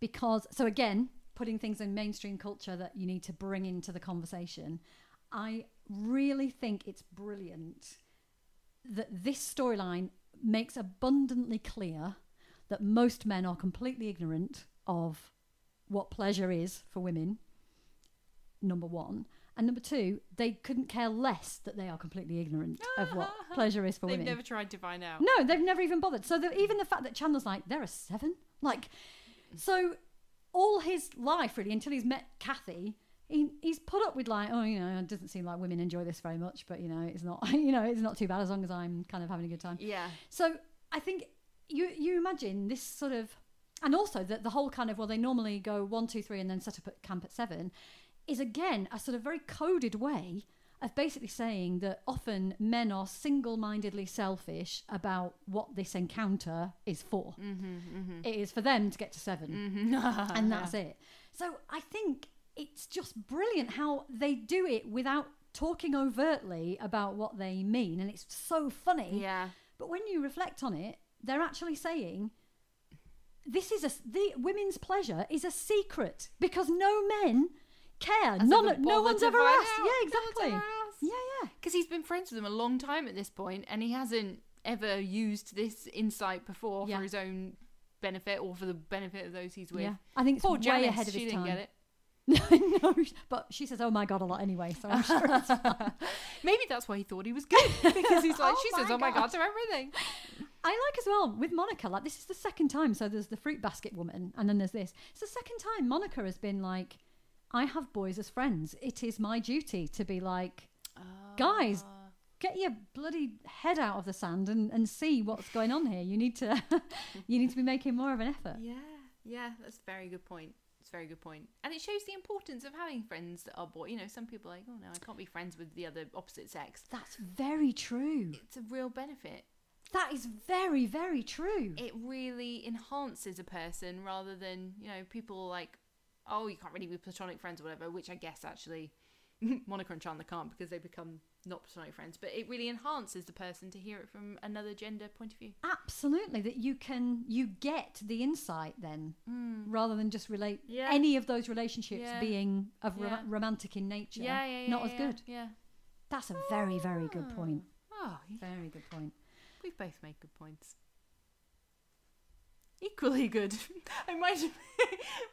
S1: because so again putting things in mainstream culture that you need to bring into the conversation i really think it's brilliant that this storyline makes abundantly clear that most men are completely ignorant of what pleasure is for women number 1 and number 2 they couldn't care less that they are completely ignorant of what pleasure is for
S2: they've
S1: women
S2: never tried to find out
S1: no, they've never even bothered. So the, even the fact that Chandler's like, there are seven, like, so all his life really until he's met Kathy, he, he's put up with like, oh, you know, it doesn't seem like women enjoy this very much, but you know, it's not, you know, it's not too bad as long as I'm kind of having a good time.
S2: yeah
S1: So I think you you imagine this sort of, and also that the whole kind of well they normally go one two three and then set up at camp at seven. is again a sort of very coded way of basically saying that often men are single mindedly selfish about what this encounter is for.
S2: Mm-hmm.
S1: It is for them to get to 7
S2: Mm. Oh,
S1: and that's it. So I think it's just brilliant how they do it without talking overtly about what they mean. And it's so funny.
S2: Yeah.
S1: But when you reflect on it, they're actually saying this is a the women's pleasure is a secret because no men care.
S2: Has
S1: None,
S2: ever
S1: no
S2: bothered
S1: one's
S2: to
S1: ever
S2: find
S1: asked.
S2: out.
S1: Yeah,
S2: No one's
S1: exactly.
S2: ever asked.
S1: Yeah, yeah.
S2: Because he's been friends with them a long time at this point, and he hasn't ever used this insight before
S1: Yeah.
S2: for his own benefit or for the benefit of those he's with.
S1: Yeah. I think it's
S2: Poor
S1: way
S2: Janice,
S1: ahead of
S2: she
S1: his
S2: didn't
S1: time.
S2: get it.
S1: no, but she says, "Oh my god," a lot anyway. So I'm sure it's fine.
S2: Maybe that's why he thought he was good because he's like
S1: Oh
S2: she says,
S1: my
S2: "Oh my god,
S1: God."
S2: to everything."
S1: I like as well with Monica. Like this is the second time. So there's the fruit basket woman, and then there's this. It's the second time Monica has been like, "I have boys as friends. It is my duty to be like, guys, get your bloody head out of the sand and, and see what's going on here. You need to, you need to be making more of an effort."
S2: Uh, Yeah, yeah, that's a very good point. It's a very good point, and it shows the importance of having friends that are born. You know, some people are like, "Oh no, I can't be friends with the other opposite sex."
S1: That's very true.
S2: It's a real benefit.
S1: That is very, very true.
S2: it really enhances a person rather than you know people like oh you can't really be platonic friends or whatever which i guess actually monica and chandler can't because they become not platonic friends but it really enhances the person to hear it from another gender point of view
S1: Absolutely, that you can you get the insight then, rather than just relate
S2: Yeah.
S1: any of those relationships
S2: Yeah.
S1: being of ro-
S2: Yeah.
S1: romantic in nature.
S2: yeah yeah, yeah
S1: not
S2: yeah,
S1: as good. Ah,
S2: yeah
S1: That's a very, very good point.
S2: oh yeah,
S1: Very good point.
S2: we've both made good points equally good it reminded me,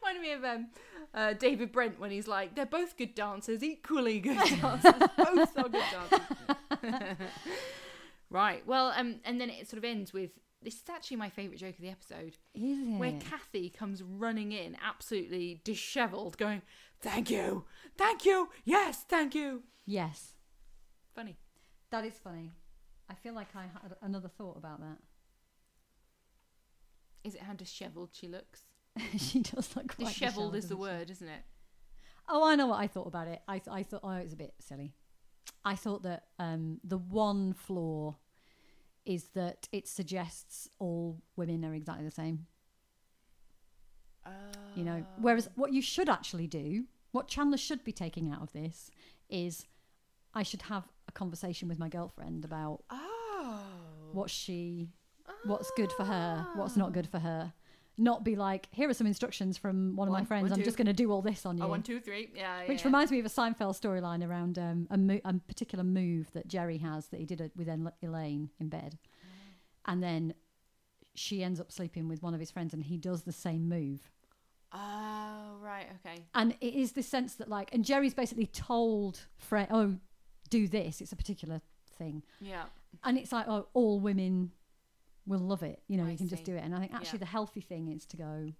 S2: reminded me of um, uh, david brent when he's like they're both good dancers equally good dancers both are good dancers Right. Well, um, and then it sort of ends with this is actually my favourite joke of the episode,
S1: Is it?
S2: where Kathy comes running in, absolutely dishevelled, going, "Thank you, thank you, yes, thank you."
S1: yes,
S2: Funny.
S1: that is funny. I feel like I had another thought about that.
S2: Is it how dishevelled she looks?
S1: she does look quite
S2: dishevelled is the
S1: doesn't she?
S2: word, isn't it?
S1: Oh, I know what I thought about it. I, th- I thought, oh, it was a bit silly. I thought that um, the one flaw is that it suggests all women are exactly the same, you know.
S2: Oh.
S1: Whereas what you should actually do, what Chandler should be taking out of this, is I should have a conversation with my girlfriend about
S2: Oh.
S1: what she, what's good for her, what's not good for her. Not be like, here are some instructions from one of
S2: One-
S1: my friends.
S2: one,
S1: I'm
S2: two.
S1: just going to do all this on you.
S2: Oh, one, two, three. Yeah. yeah,
S1: Which
S2: yeah.
S1: reminds me of a Seinfeld storyline around um, a, mo- a particular move that Jerry has that he did uh, with El- Elaine in bed.
S2: Mm.
S1: And then she ends up sleeping with one of his friends and he does the same move.
S2: Oh right. Okay.
S1: And it is this sense that, like, and Jerry's basically told Fred, oh, do this. It's a particular thing.
S2: Yeah.
S1: And it's like, oh, all women will love it. You know,
S2: I
S1: you can just
S2: see.
S1: do it. And I think actually
S2: Yeah.
S1: the healthy thing is to go,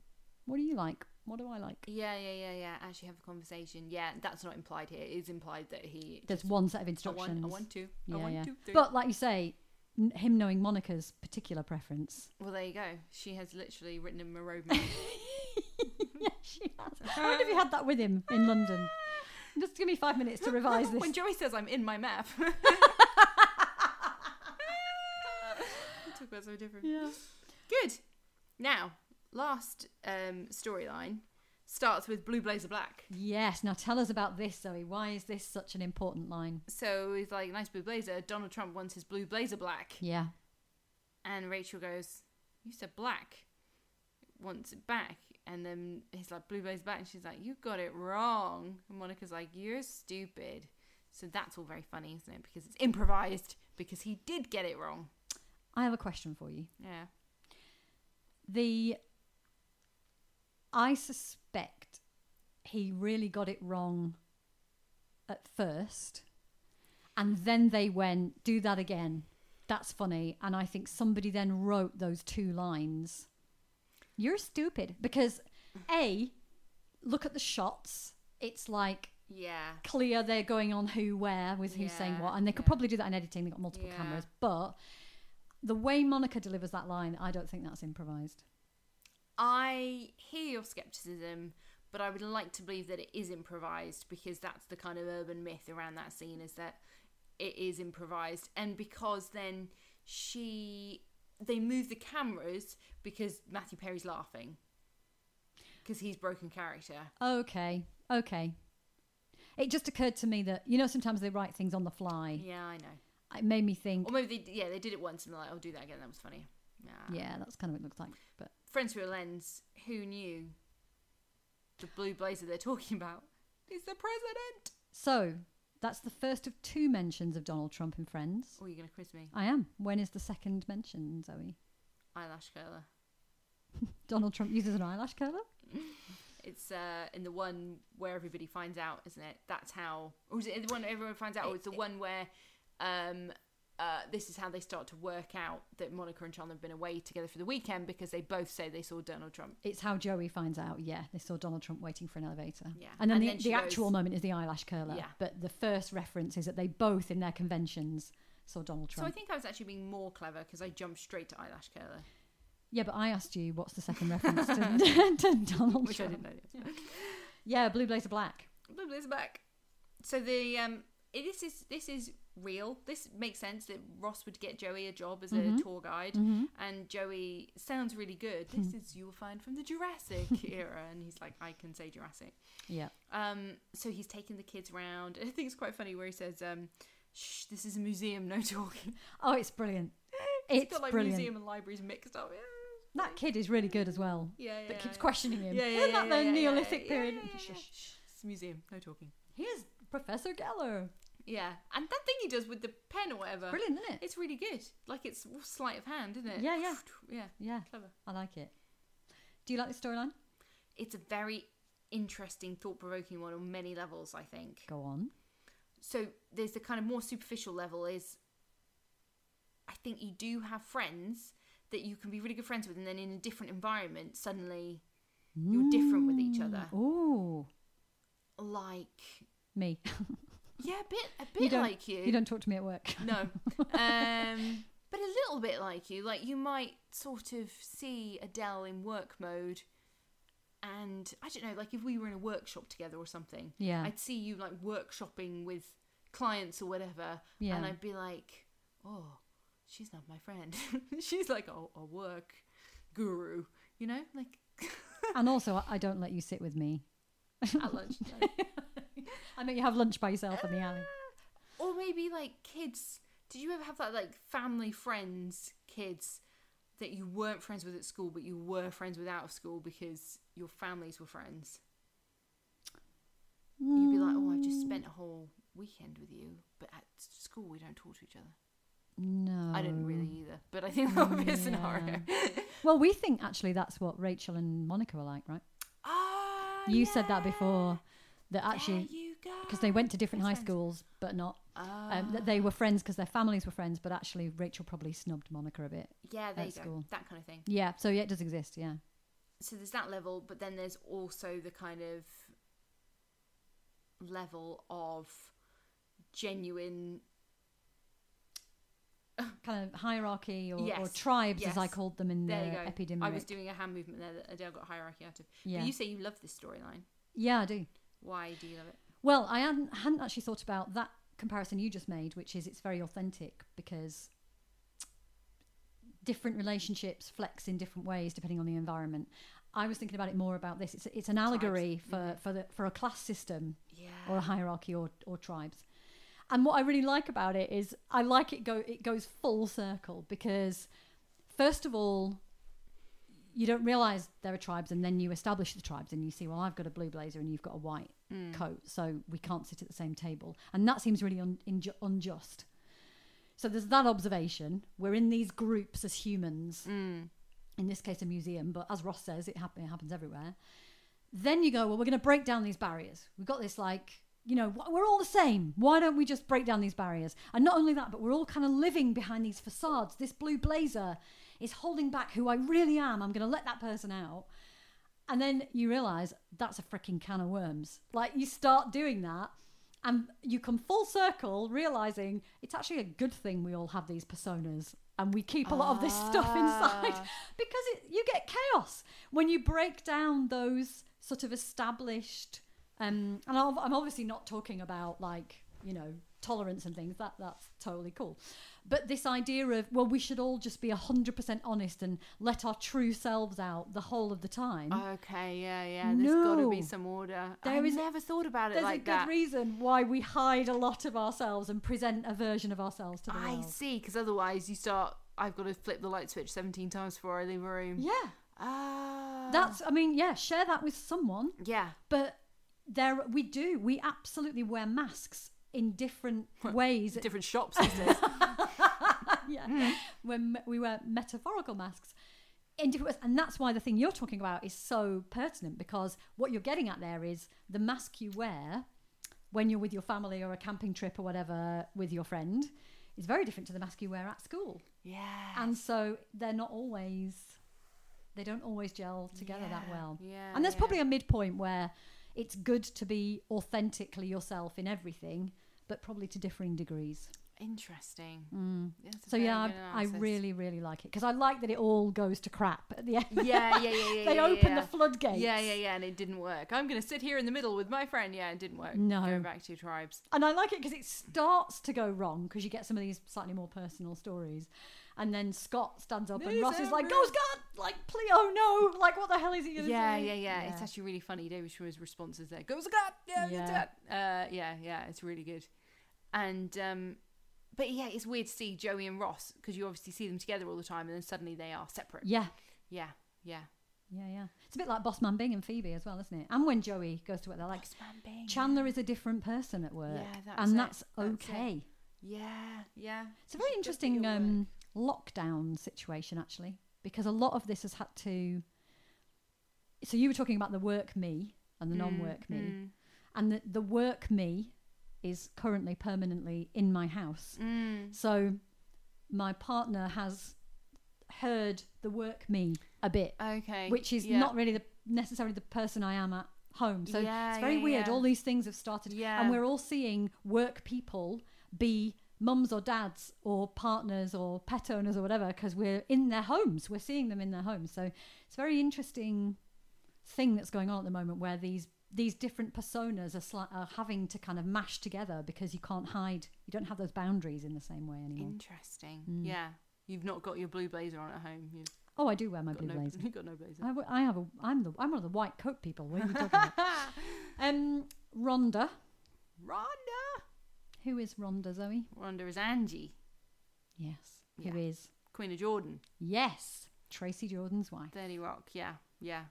S1: what do you like? What do I like?
S2: Yeah, yeah, yeah, yeah. Actually, have a conversation. Yeah, that's not implied here. It is implied that he
S1: There's one set of
S2: I
S1: instructions.
S2: want, I want to. I want to. Three.
S1: But like you say, n- him knowing Monica's particular preference.
S2: well, there you go. She has literally written him a roadmap.
S1: yeah, she has. I wonder if he had that with him in London. Just give me five minutes to revise this.
S2: when Joey says, "I'm in my map," talk about something different.
S1: yeah.
S2: Good. Now, last um, storyline starts with Blue Blazer Black.
S1: Yes. Now tell us about this, Zoe. Why is this such an important line?
S2: So he's like, "Nice blue blazer." Donald Trump wants his blue blazer black,
S1: Yeah.
S2: and Rachel goes, "You said black." Wants it back, and then he's like, "Blue blazer black," and she's like, "You got it wrong." And Monica's like, "You're stupid." So that's all very funny, isn't it? Because it's improvised. Because he did get it wrong.
S1: I have a question for you.
S2: Yeah.
S1: The. I suspect he really got it wrong at first. And then they went, do that again. That's funny. And I think somebody then wrote those two lines. You're stupid. Because, A, look at the shots. It's like
S2: Yeah.
S1: clear they're going on who, where, with who's saying
S2: Yeah,
S1: what. And they could
S2: yeah.
S1: probably do that in editing. They've got multiple
S2: Yeah.
S1: cameras. But the way Monica delivers that line, I don't think that's improvised.
S2: I hear your skepticism, But I would like to believe that it is improvised because that's the kind of urban myth around that scene is that it is improvised. And because then she. They move the cameras because Matthew Perry's laughing. Because he's broken character.
S1: Okay, okay. It just occurred to me that you know sometimes they write things on the fly.
S2: Yeah, I know.
S1: It made me think.
S2: Or maybe they, yeah, they did it once and they're like, "I'll do that again." That was funny. Nah.
S1: Yeah, that's kind of what it looks like. But
S2: Friends through a lens. Who knew? The blue blazer they're talking about is the president.
S1: so that's the first of two mentions of Donald Trump and Friends.
S2: Oh, you're gonna quiz me?
S1: I am. When is the second mention, Zoe?
S2: Eyelash curler.
S1: Donald Trump uses an eyelash curler.
S2: It's uh, in the one where everybody finds out, isn't it? That's how. Or is it the one everyone finds out? Or it's the one where, um, uh, this is how they start to work out that Monica and Chandler have been away together for the weekend because they both say they saw Donald Trump.
S1: It's how Joey finds out. Yeah, they saw Donald Trump waiting for an elevator.
S2: Yeah.
S1: And then
S2: And
S1: the,
S2: then she
S1: the
S2: goes-
S1: actual moment is the eyelash curler.
S2: Yeah.
S1: But the first reference is that they both, in their conventions, saw Donald
S2: So
S1: Trump.
S2: I think I was actually being more clever because I jumped straight to eyelash curler,
S1: yeah, but I asked you what's the second reference to, to Donald
S2: which I
S1: Trump.
S2: didn't know. the answer.
S1: Yeah, Blue Blazer Black.
S2: Blue Blazer back. So the um, i- this is this is real. This makes sense that Ross would get Joey a job as
S1: Mm-hmm.
S2: a tour guide, and Joey sounds really good.
S1: Hmm.
S2: This is you will find from the Jurassic era, and he's like, I can say Jurassic.
S1: Yeah.
S2: Um, so he's taking the kids round. I think it's quite funny where he says, um, "Shh, this is a museum, no talking."
S1: Oh, it's brilliant.
S2: It's
S1: It's
S2: got like
S1: brilliant.
S2: museum and libraries mixed up. Yeah,
S1: That kid is really good as well.
S2: yeah, yeah.
S1: But keeps
S2: yeah.
S1: questioning him.
S2: Yeah, yeah,
S1: Isn't
S2: yeah,
S1: that
S2: yeah,
S1: the
S2: yeah, yeah,
S1: Neolithic
S2: yeah,
S1: period?
S2: yeah, yeah, yeah.
S1: Shush.
S2: Shh, it's a museum, no talking.
S1: Here's Professor Geller.
S2: Yeah, and that thing he does with the pen or whatever.
S1: Brilliant, isn't it?
S2: It's really good. Like it's sleight of hand, isn't it?
S1: Yeah, yeah.
S2: yeah.
S1: Yeah,
S2: Clever.
S1: I like it. Do you like the storyline?
S2: It's a very interesting, thought-provoking one on many levels. I think.
S1: Go on.
S2: So there's the kind of more superficial level is. I think you do have friends that you can be really good friends with, and then in a different environment, suddenly you're different with each other.
S1: Mm. Ooh,
S2: Like,
S1: me.
S2: yeah, a bit, a bit
S1: don't-
S2: like you.
S1: Mm. you don't talk to me at work.
S2: No. Um, but a little bit like you. Like you might sort of see Adele in work mode. And I don't know, like if we were in a workshop together or something,
S1: Yeah.
S2: I'd see you like workshopping with clients or whatever.
S1: Yeah.
S2: And I'd be like, oh, she's not my friend. she's like a, a work guru, you know? Like
S1: and also, I- I don't let you sit with me.
S2: at lunch.
S1: I make you have lunch by yourself in the alley.
S2: "Ah." or maybe like kids did you ever have that like family friends kids that you weren't friends with at school but you were friends with out of school because your families were friends you'd be like oh i've just spent a whole weekend with you but at school we don't talk to each other
S1: No.
S2: i didn't really
S1: Um,
S2: either but i think that would be a scenario
S1: Well, we think actually that's what Rachel and Monica were like, right?
S2: Ah,
S1: You said that
S2: yeah.
S1: before. That
S2: There
S1: actually,
S2: you
S1: because they went to different
S2: go.
S1: high
S2: Makes sense.
S1: schools, but not. Um,
S2: Ah.
S1: that they were friends because their families were friends, but actually Rachel probably snubbed Monica a bit.
S2: yeah there
S1: at
S2: you go
S1: school.
S2: that kind of thing
S1: Yeah, so yeah, it does exist. Yeah,
S2: so there's that level, but then there's also the kind of level of genuine
S1: kind of hierarchy or, or
S2: Yes,
S1: tribes, as I
S2: yes.
S1: called them in
S2: there you
S1: the
S2: go.
S1: epidemic.
S2: I was doing a hand movement there that Adele got hierarchy out of.
S1: Yeah.
S2: But you say you love this storyline.
S1: yeah, I do.
S2: Why do you love it?
S1: Well, I hadn't, hadn't actually thought about that comparison you just made, which is it's very authentic because different relationships flex in different ways depending on the environment. I was thinking about it more about this. It's, it's an allegory for, for, the, for a class system
S2: Yeah.
S1: or a hierarchy or, or tribes. And what I really like about it is I like it go it goes full circle because first of all you don't realize there are tribes and then you establish the tribes and you see well I've got a blue blazer and you've got a white coat so we can't sit at the same table and that seems really un- inju- unjust. So there's that observation we're in these groups as humans
S2: Mm.
S1: in this case a museum, but as Ross says, it, hap- it happens everywhere. Then you go, well, we're going to break down these barriers. We've got this like, you know, wh- we're all the same. Why don't we just break down these barriers? And not only that, but we're all kind of living behind these facades. This blue blazer is holding back who I really am. I'm going to let that person out. And then you realize that's a freaking can of worms. Like you start doing that and you come full circle realizing it's actually a good thing we all have these personas and we keep a lot of this
S2: Ah.
S1: stuff inside because it, you get chaos when you break down those sort of established, um, and I'm I'm obviously not talking about like you know tolerance and things. That that's totally cool, but this idea of well, we should all just be hundred percent honest and let our true selves out the whole of the time.
S2: Okay, yeah, yeah. There's got to be
S1: No.
S2: some order. I
S1: There is-
S2: never thought about it
S1: There's
S2: like
S1: a good
S2: that.
S1: reason why we hide a lot of ourselves and present a version of ourselves to the
S2: I
S1: world.
S2: see, because otherwise you start. I've got to flip the light switch 17 times before I leave a room.
S1: Yeah,
S2: Ah,
S1: that's. I mean, yeah, share that with someone.
S2: yeah.
S1: But there, we do. We absolutely wear masks in different ways.
S2: Different shops, isn't it?
S1: yeah, when we wear metaphorical masks in different ways, and that's why the thing you're talking about is so pertinent because what you're getting at there is the mask you wear when you're with your family or a camping trip or whatever with your friend is very different to the mask you wear at school.
S2: yeah.
S1: and so they're not always they don't always gel together that
S2: Yeah,
S1: well
S2: yeah,
S1: and there's
S2: yeah.
S1: probably a midpoint where it's good to be authentically yourself in everything but probably to differing degrees
S2: Interesting. That's a
S1: Hmm. so
S2: very
S1: yeah
S2: good
S1: I, I
S2: analysis.
S1: really really like it because i like that it all goes to crap at the end
S2: Yeah, yeah, yeah, yeah.
S1: they
S2: yeah,
S1: open
S2: yeah.
S1: the floodgates
S2: Yeah, yeah, yeah, and it didn't work. I'm going to sit here in the middle with my friend. Yeah, it didn't work.
S1: No.
S2: Go back to tribes.
S1: and I like it because it starts to go wrong because you get some of these slightly more personal stories, and then Scott stands up and
S2: Miss
S1: Ross is like,
S2: Amber.
S1: "Go Scott!" Like, please, oh no! Like, what the hell is he gonna
S2: Yeah, yeah,
S1: say?
S2: yeah, It's actually really funny. David Schwimmer's responses there. Goes a cat. Yeah, yeah.
S1: Yeah.
S2: Uh, yeah, yeah. It's really good. And, um, but yeah, it's weird to see Joey and Ross because you obviously see them together all the time and then suddenly they are separate.
S1: yeah,
S2: Yeah, yeah.
S1: Yeah, yeah. It's a bit like Bossman Bing and Phoebe as well, isn't it? And when Joey goes to work, they're like,
S2: Bossman Bing.
S1: Chandler is a different person at work.
S2: Yeah, that's
S1: and
S2: it.
S1: that's
S2: That's it.
S1: okay.
S2: Yeah, yeah.
S1: It's a very
S2: She does do
S1: interesting
S2: your work.
S1: um, lockdown situation, actually, because a lot of this has had to. So you were talking about the work me and the non work me.
S2: Mm,
S1: And the, the work me is currently permanently in my house.
S2: mm.
S1: So my partner has heard the work me a bit
S2: mm. Okay.
S1: which is
S2: yeah.
S1: not really the, necessarily the person I am at home. So
S2: Yeah,
S1: it's very
S2: yeah,
S1: weird.
S2: yeah.
S1: All these things have started,
S2: Yeah.
S1: and we're all seeing work people be mums or dads or partners or pet owners or whatever because we're in their homes. We're seeing them in their homes. So it's a very interesting thing that's going on at the moment where these these different personas are, sli- are having to kind of mash together because you can't hide. You don't have those boundaries in the same way anymore.
S2: Interesting.
S1: Mm.
S2: Yeah. You've not got your blue blazer on at home. You've
S1: oh, I do wear my
S2: got
S1: blue
S2: no
S1: blazer. Oh.
S2: You've got no blazer.
S1: I, w- I have a. I'm the. I'm one of the white coat people. What are you talking about? Um, Rhonda.
S2: Rhonda.
S1: Who is Rhonda, Zoe?
S2: Rhonda is Angie,
S1: Yes.
S2: Yeah.
S1: Who is?
S2: Queen of Jordan,
S1: Yes. Tracy Jordan's wife.
S2: 30 Rock. Yeah, yeah.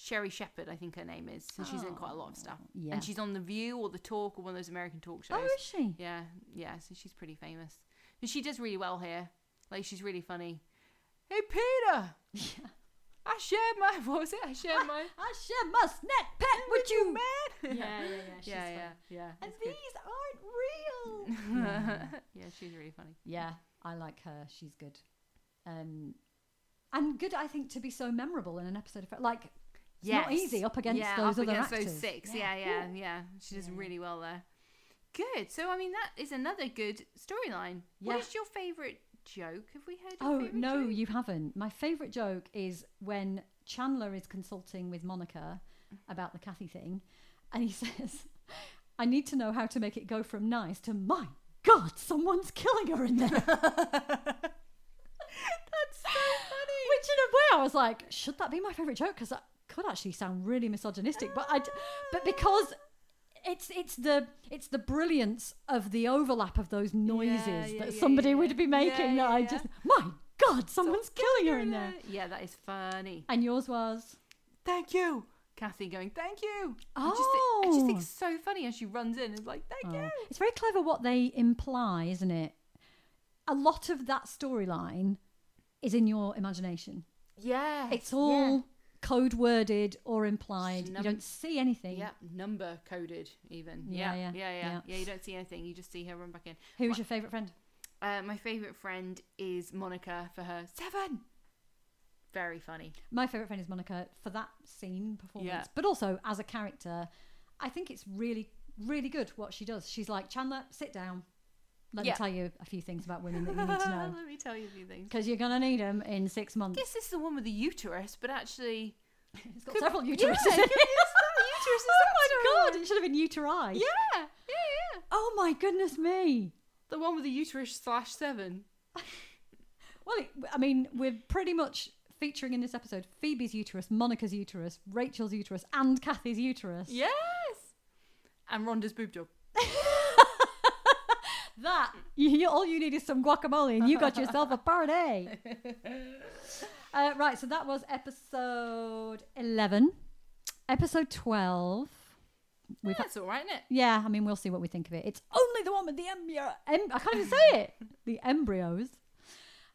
S2: Sherry Shepherd, I think her name is. So she's in quite a lot of stuff.
S1: Oh, Yeah.
S2: And she's on The View or The Talk or one of those American talk shows.
S1: oh, is she?
S2: Yeah, yeah. So she's pretty famous. But she does really well here. Like, she's really funny. Hey, Peter!
S1: Yeah.
S2: I shared my. What was it? I shared my.
S1: I share my snack pet with you, Yeah,
S2: man!
S1: yeah, yeah. She's
S2: yeah,
S1: funny.
S2: yeah, yeah.
S1: And
S2: it's good.
S1: these aren't real.
S2: yeah. she's really funny.
S1: Yeah, I like her. She's good. Um, and good, I think, to be so memorable in an episode of like. It's not
S2: Yes.
S1: easy up against
S2: yeah,
S1: those
S2: up
S1: other
S2: against
S1: actors.
S2: those six. Yeah, yeah, yeah. She does
S1: Yeah.
S2: really well there. Good. So I mean, that is another good storyline.
S1: Yeah.
S2: What is your favourite joke? Have we heard? Your
S1: Oh
S2: favourite
S1: no,
S2: joke?
S1: you haven't. My favourite joke is when Chandler is consulting with Monica about the Kathy thing, and he says, "I need to know how to make it go from nice to my God, someone's killing her in there." That's so funny. Which, in a way, I was like, should that be my favourite joke? Because that could actually sound really misogynistic, but I, d- but because. It's it's the it's the brilliance of the overlap of those noises
S2: yeah,
S1: that
S2: yeah,
S1: somebody
S2: yeah,
S1: would
S2: yeah.
S1: be making
S2: Yeah,
S1: that I
S2: yeah,
S1: just my God, someone's killing her in there.
S2: Yeah, that is funny.
S1: And yours was
S2: Thank you, Kathy. Going. Thank you. I just, thi- I just
S1: Oh.
S2: think it's so funny as she runs in and is like, thank
S1: Oh.
S2: you.
S1: It's very clever what they imply, isn't it? A lot of that storyline is in your imagination.
S2: Yeah.
S1: It's all code worded or implied.
S2: Snub-
S1: You don't see anything.
S2: Yeah, number coded even.
S1: Yeah,
S2: yeah,
S1: yeah,
S2: yeah, yeah, yeah.
S1: yeah.
S2: You don't see anything. You just see her run back in.
S1: Who
S2: What-
S1: was your favourite friend?
S2: Uh, my favourite friend is Monica for her seven. Very funny.
S1: My favourite friend is Monica for that scene performance,
S2: Yeah.
S1: but also as a character. I think it's really, really good what she does. She's like, Chandler, sit down. Let
S2: Yeah.
S1: me tell you a few things about women that you need to know.
S2: Let me tell you a few things.
S1: Because you're going to need them in six
S2: I
S1: months.
S2: guess it's the one with the uterus, but actually,
S1: It's got
S2: Could-
S1: several uteruses.
S2: Yeah,
S1: in it.
S2: uterus is
S1: oh my god! It should have been uteri.
S2: Yeah, yeah, yeah.
S1: Oh my goodness me.
S2: The one with the uterus slash seven.
S1: Well, it, I mean, we're pretty much featuring in this episode Phoebe's uterus, Monica's uterus, Rachel's uterus, and Kathy's uterus.
S2: Yes. And Rhonda's boob job.
S1: That you, you- all you need is some guacamole, and you got yourself a party. uh, right, so that was episode eleven. Episode twelve. We've
S2: That's all right, isn't it?
S1: Yeah, I mean, we'll see what we think of it. It's only the one with the embryo. Em- I can't even say it. The embryos.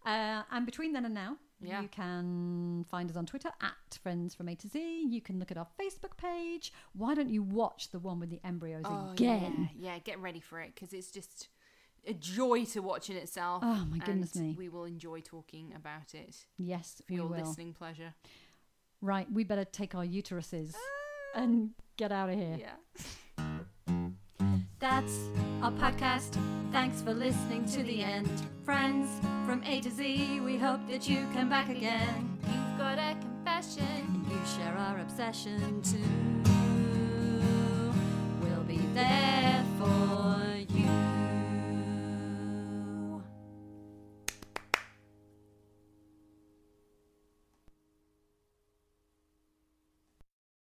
S1: Uh, and between then and now,
S2: Yeah.
S1: you can find us on Twitter at Friends from A to Z. You can look at our Facebook page. Why don't you watch the one with the embryos again?
S2: Oh, Yeah, yeah, get ready for it because it's just a joy to watch in itself.
S1: Oh, my goodness
S2: and
S1: me.
S2: We will enjoy talking about it
S1: Yes,
S2: for
S1: we
S2: your
S1: will.
S2: listening pleasure.
S1: Right, we better take our uteruses
S2: Ah.
S1: and get out of here.
S2: Yeah.
S1: That's our podcast. Thanks for listening to the end. Friends from A to Z, we hope that you come back again.
S2: You've got a confession.
S1: You share our obsession too.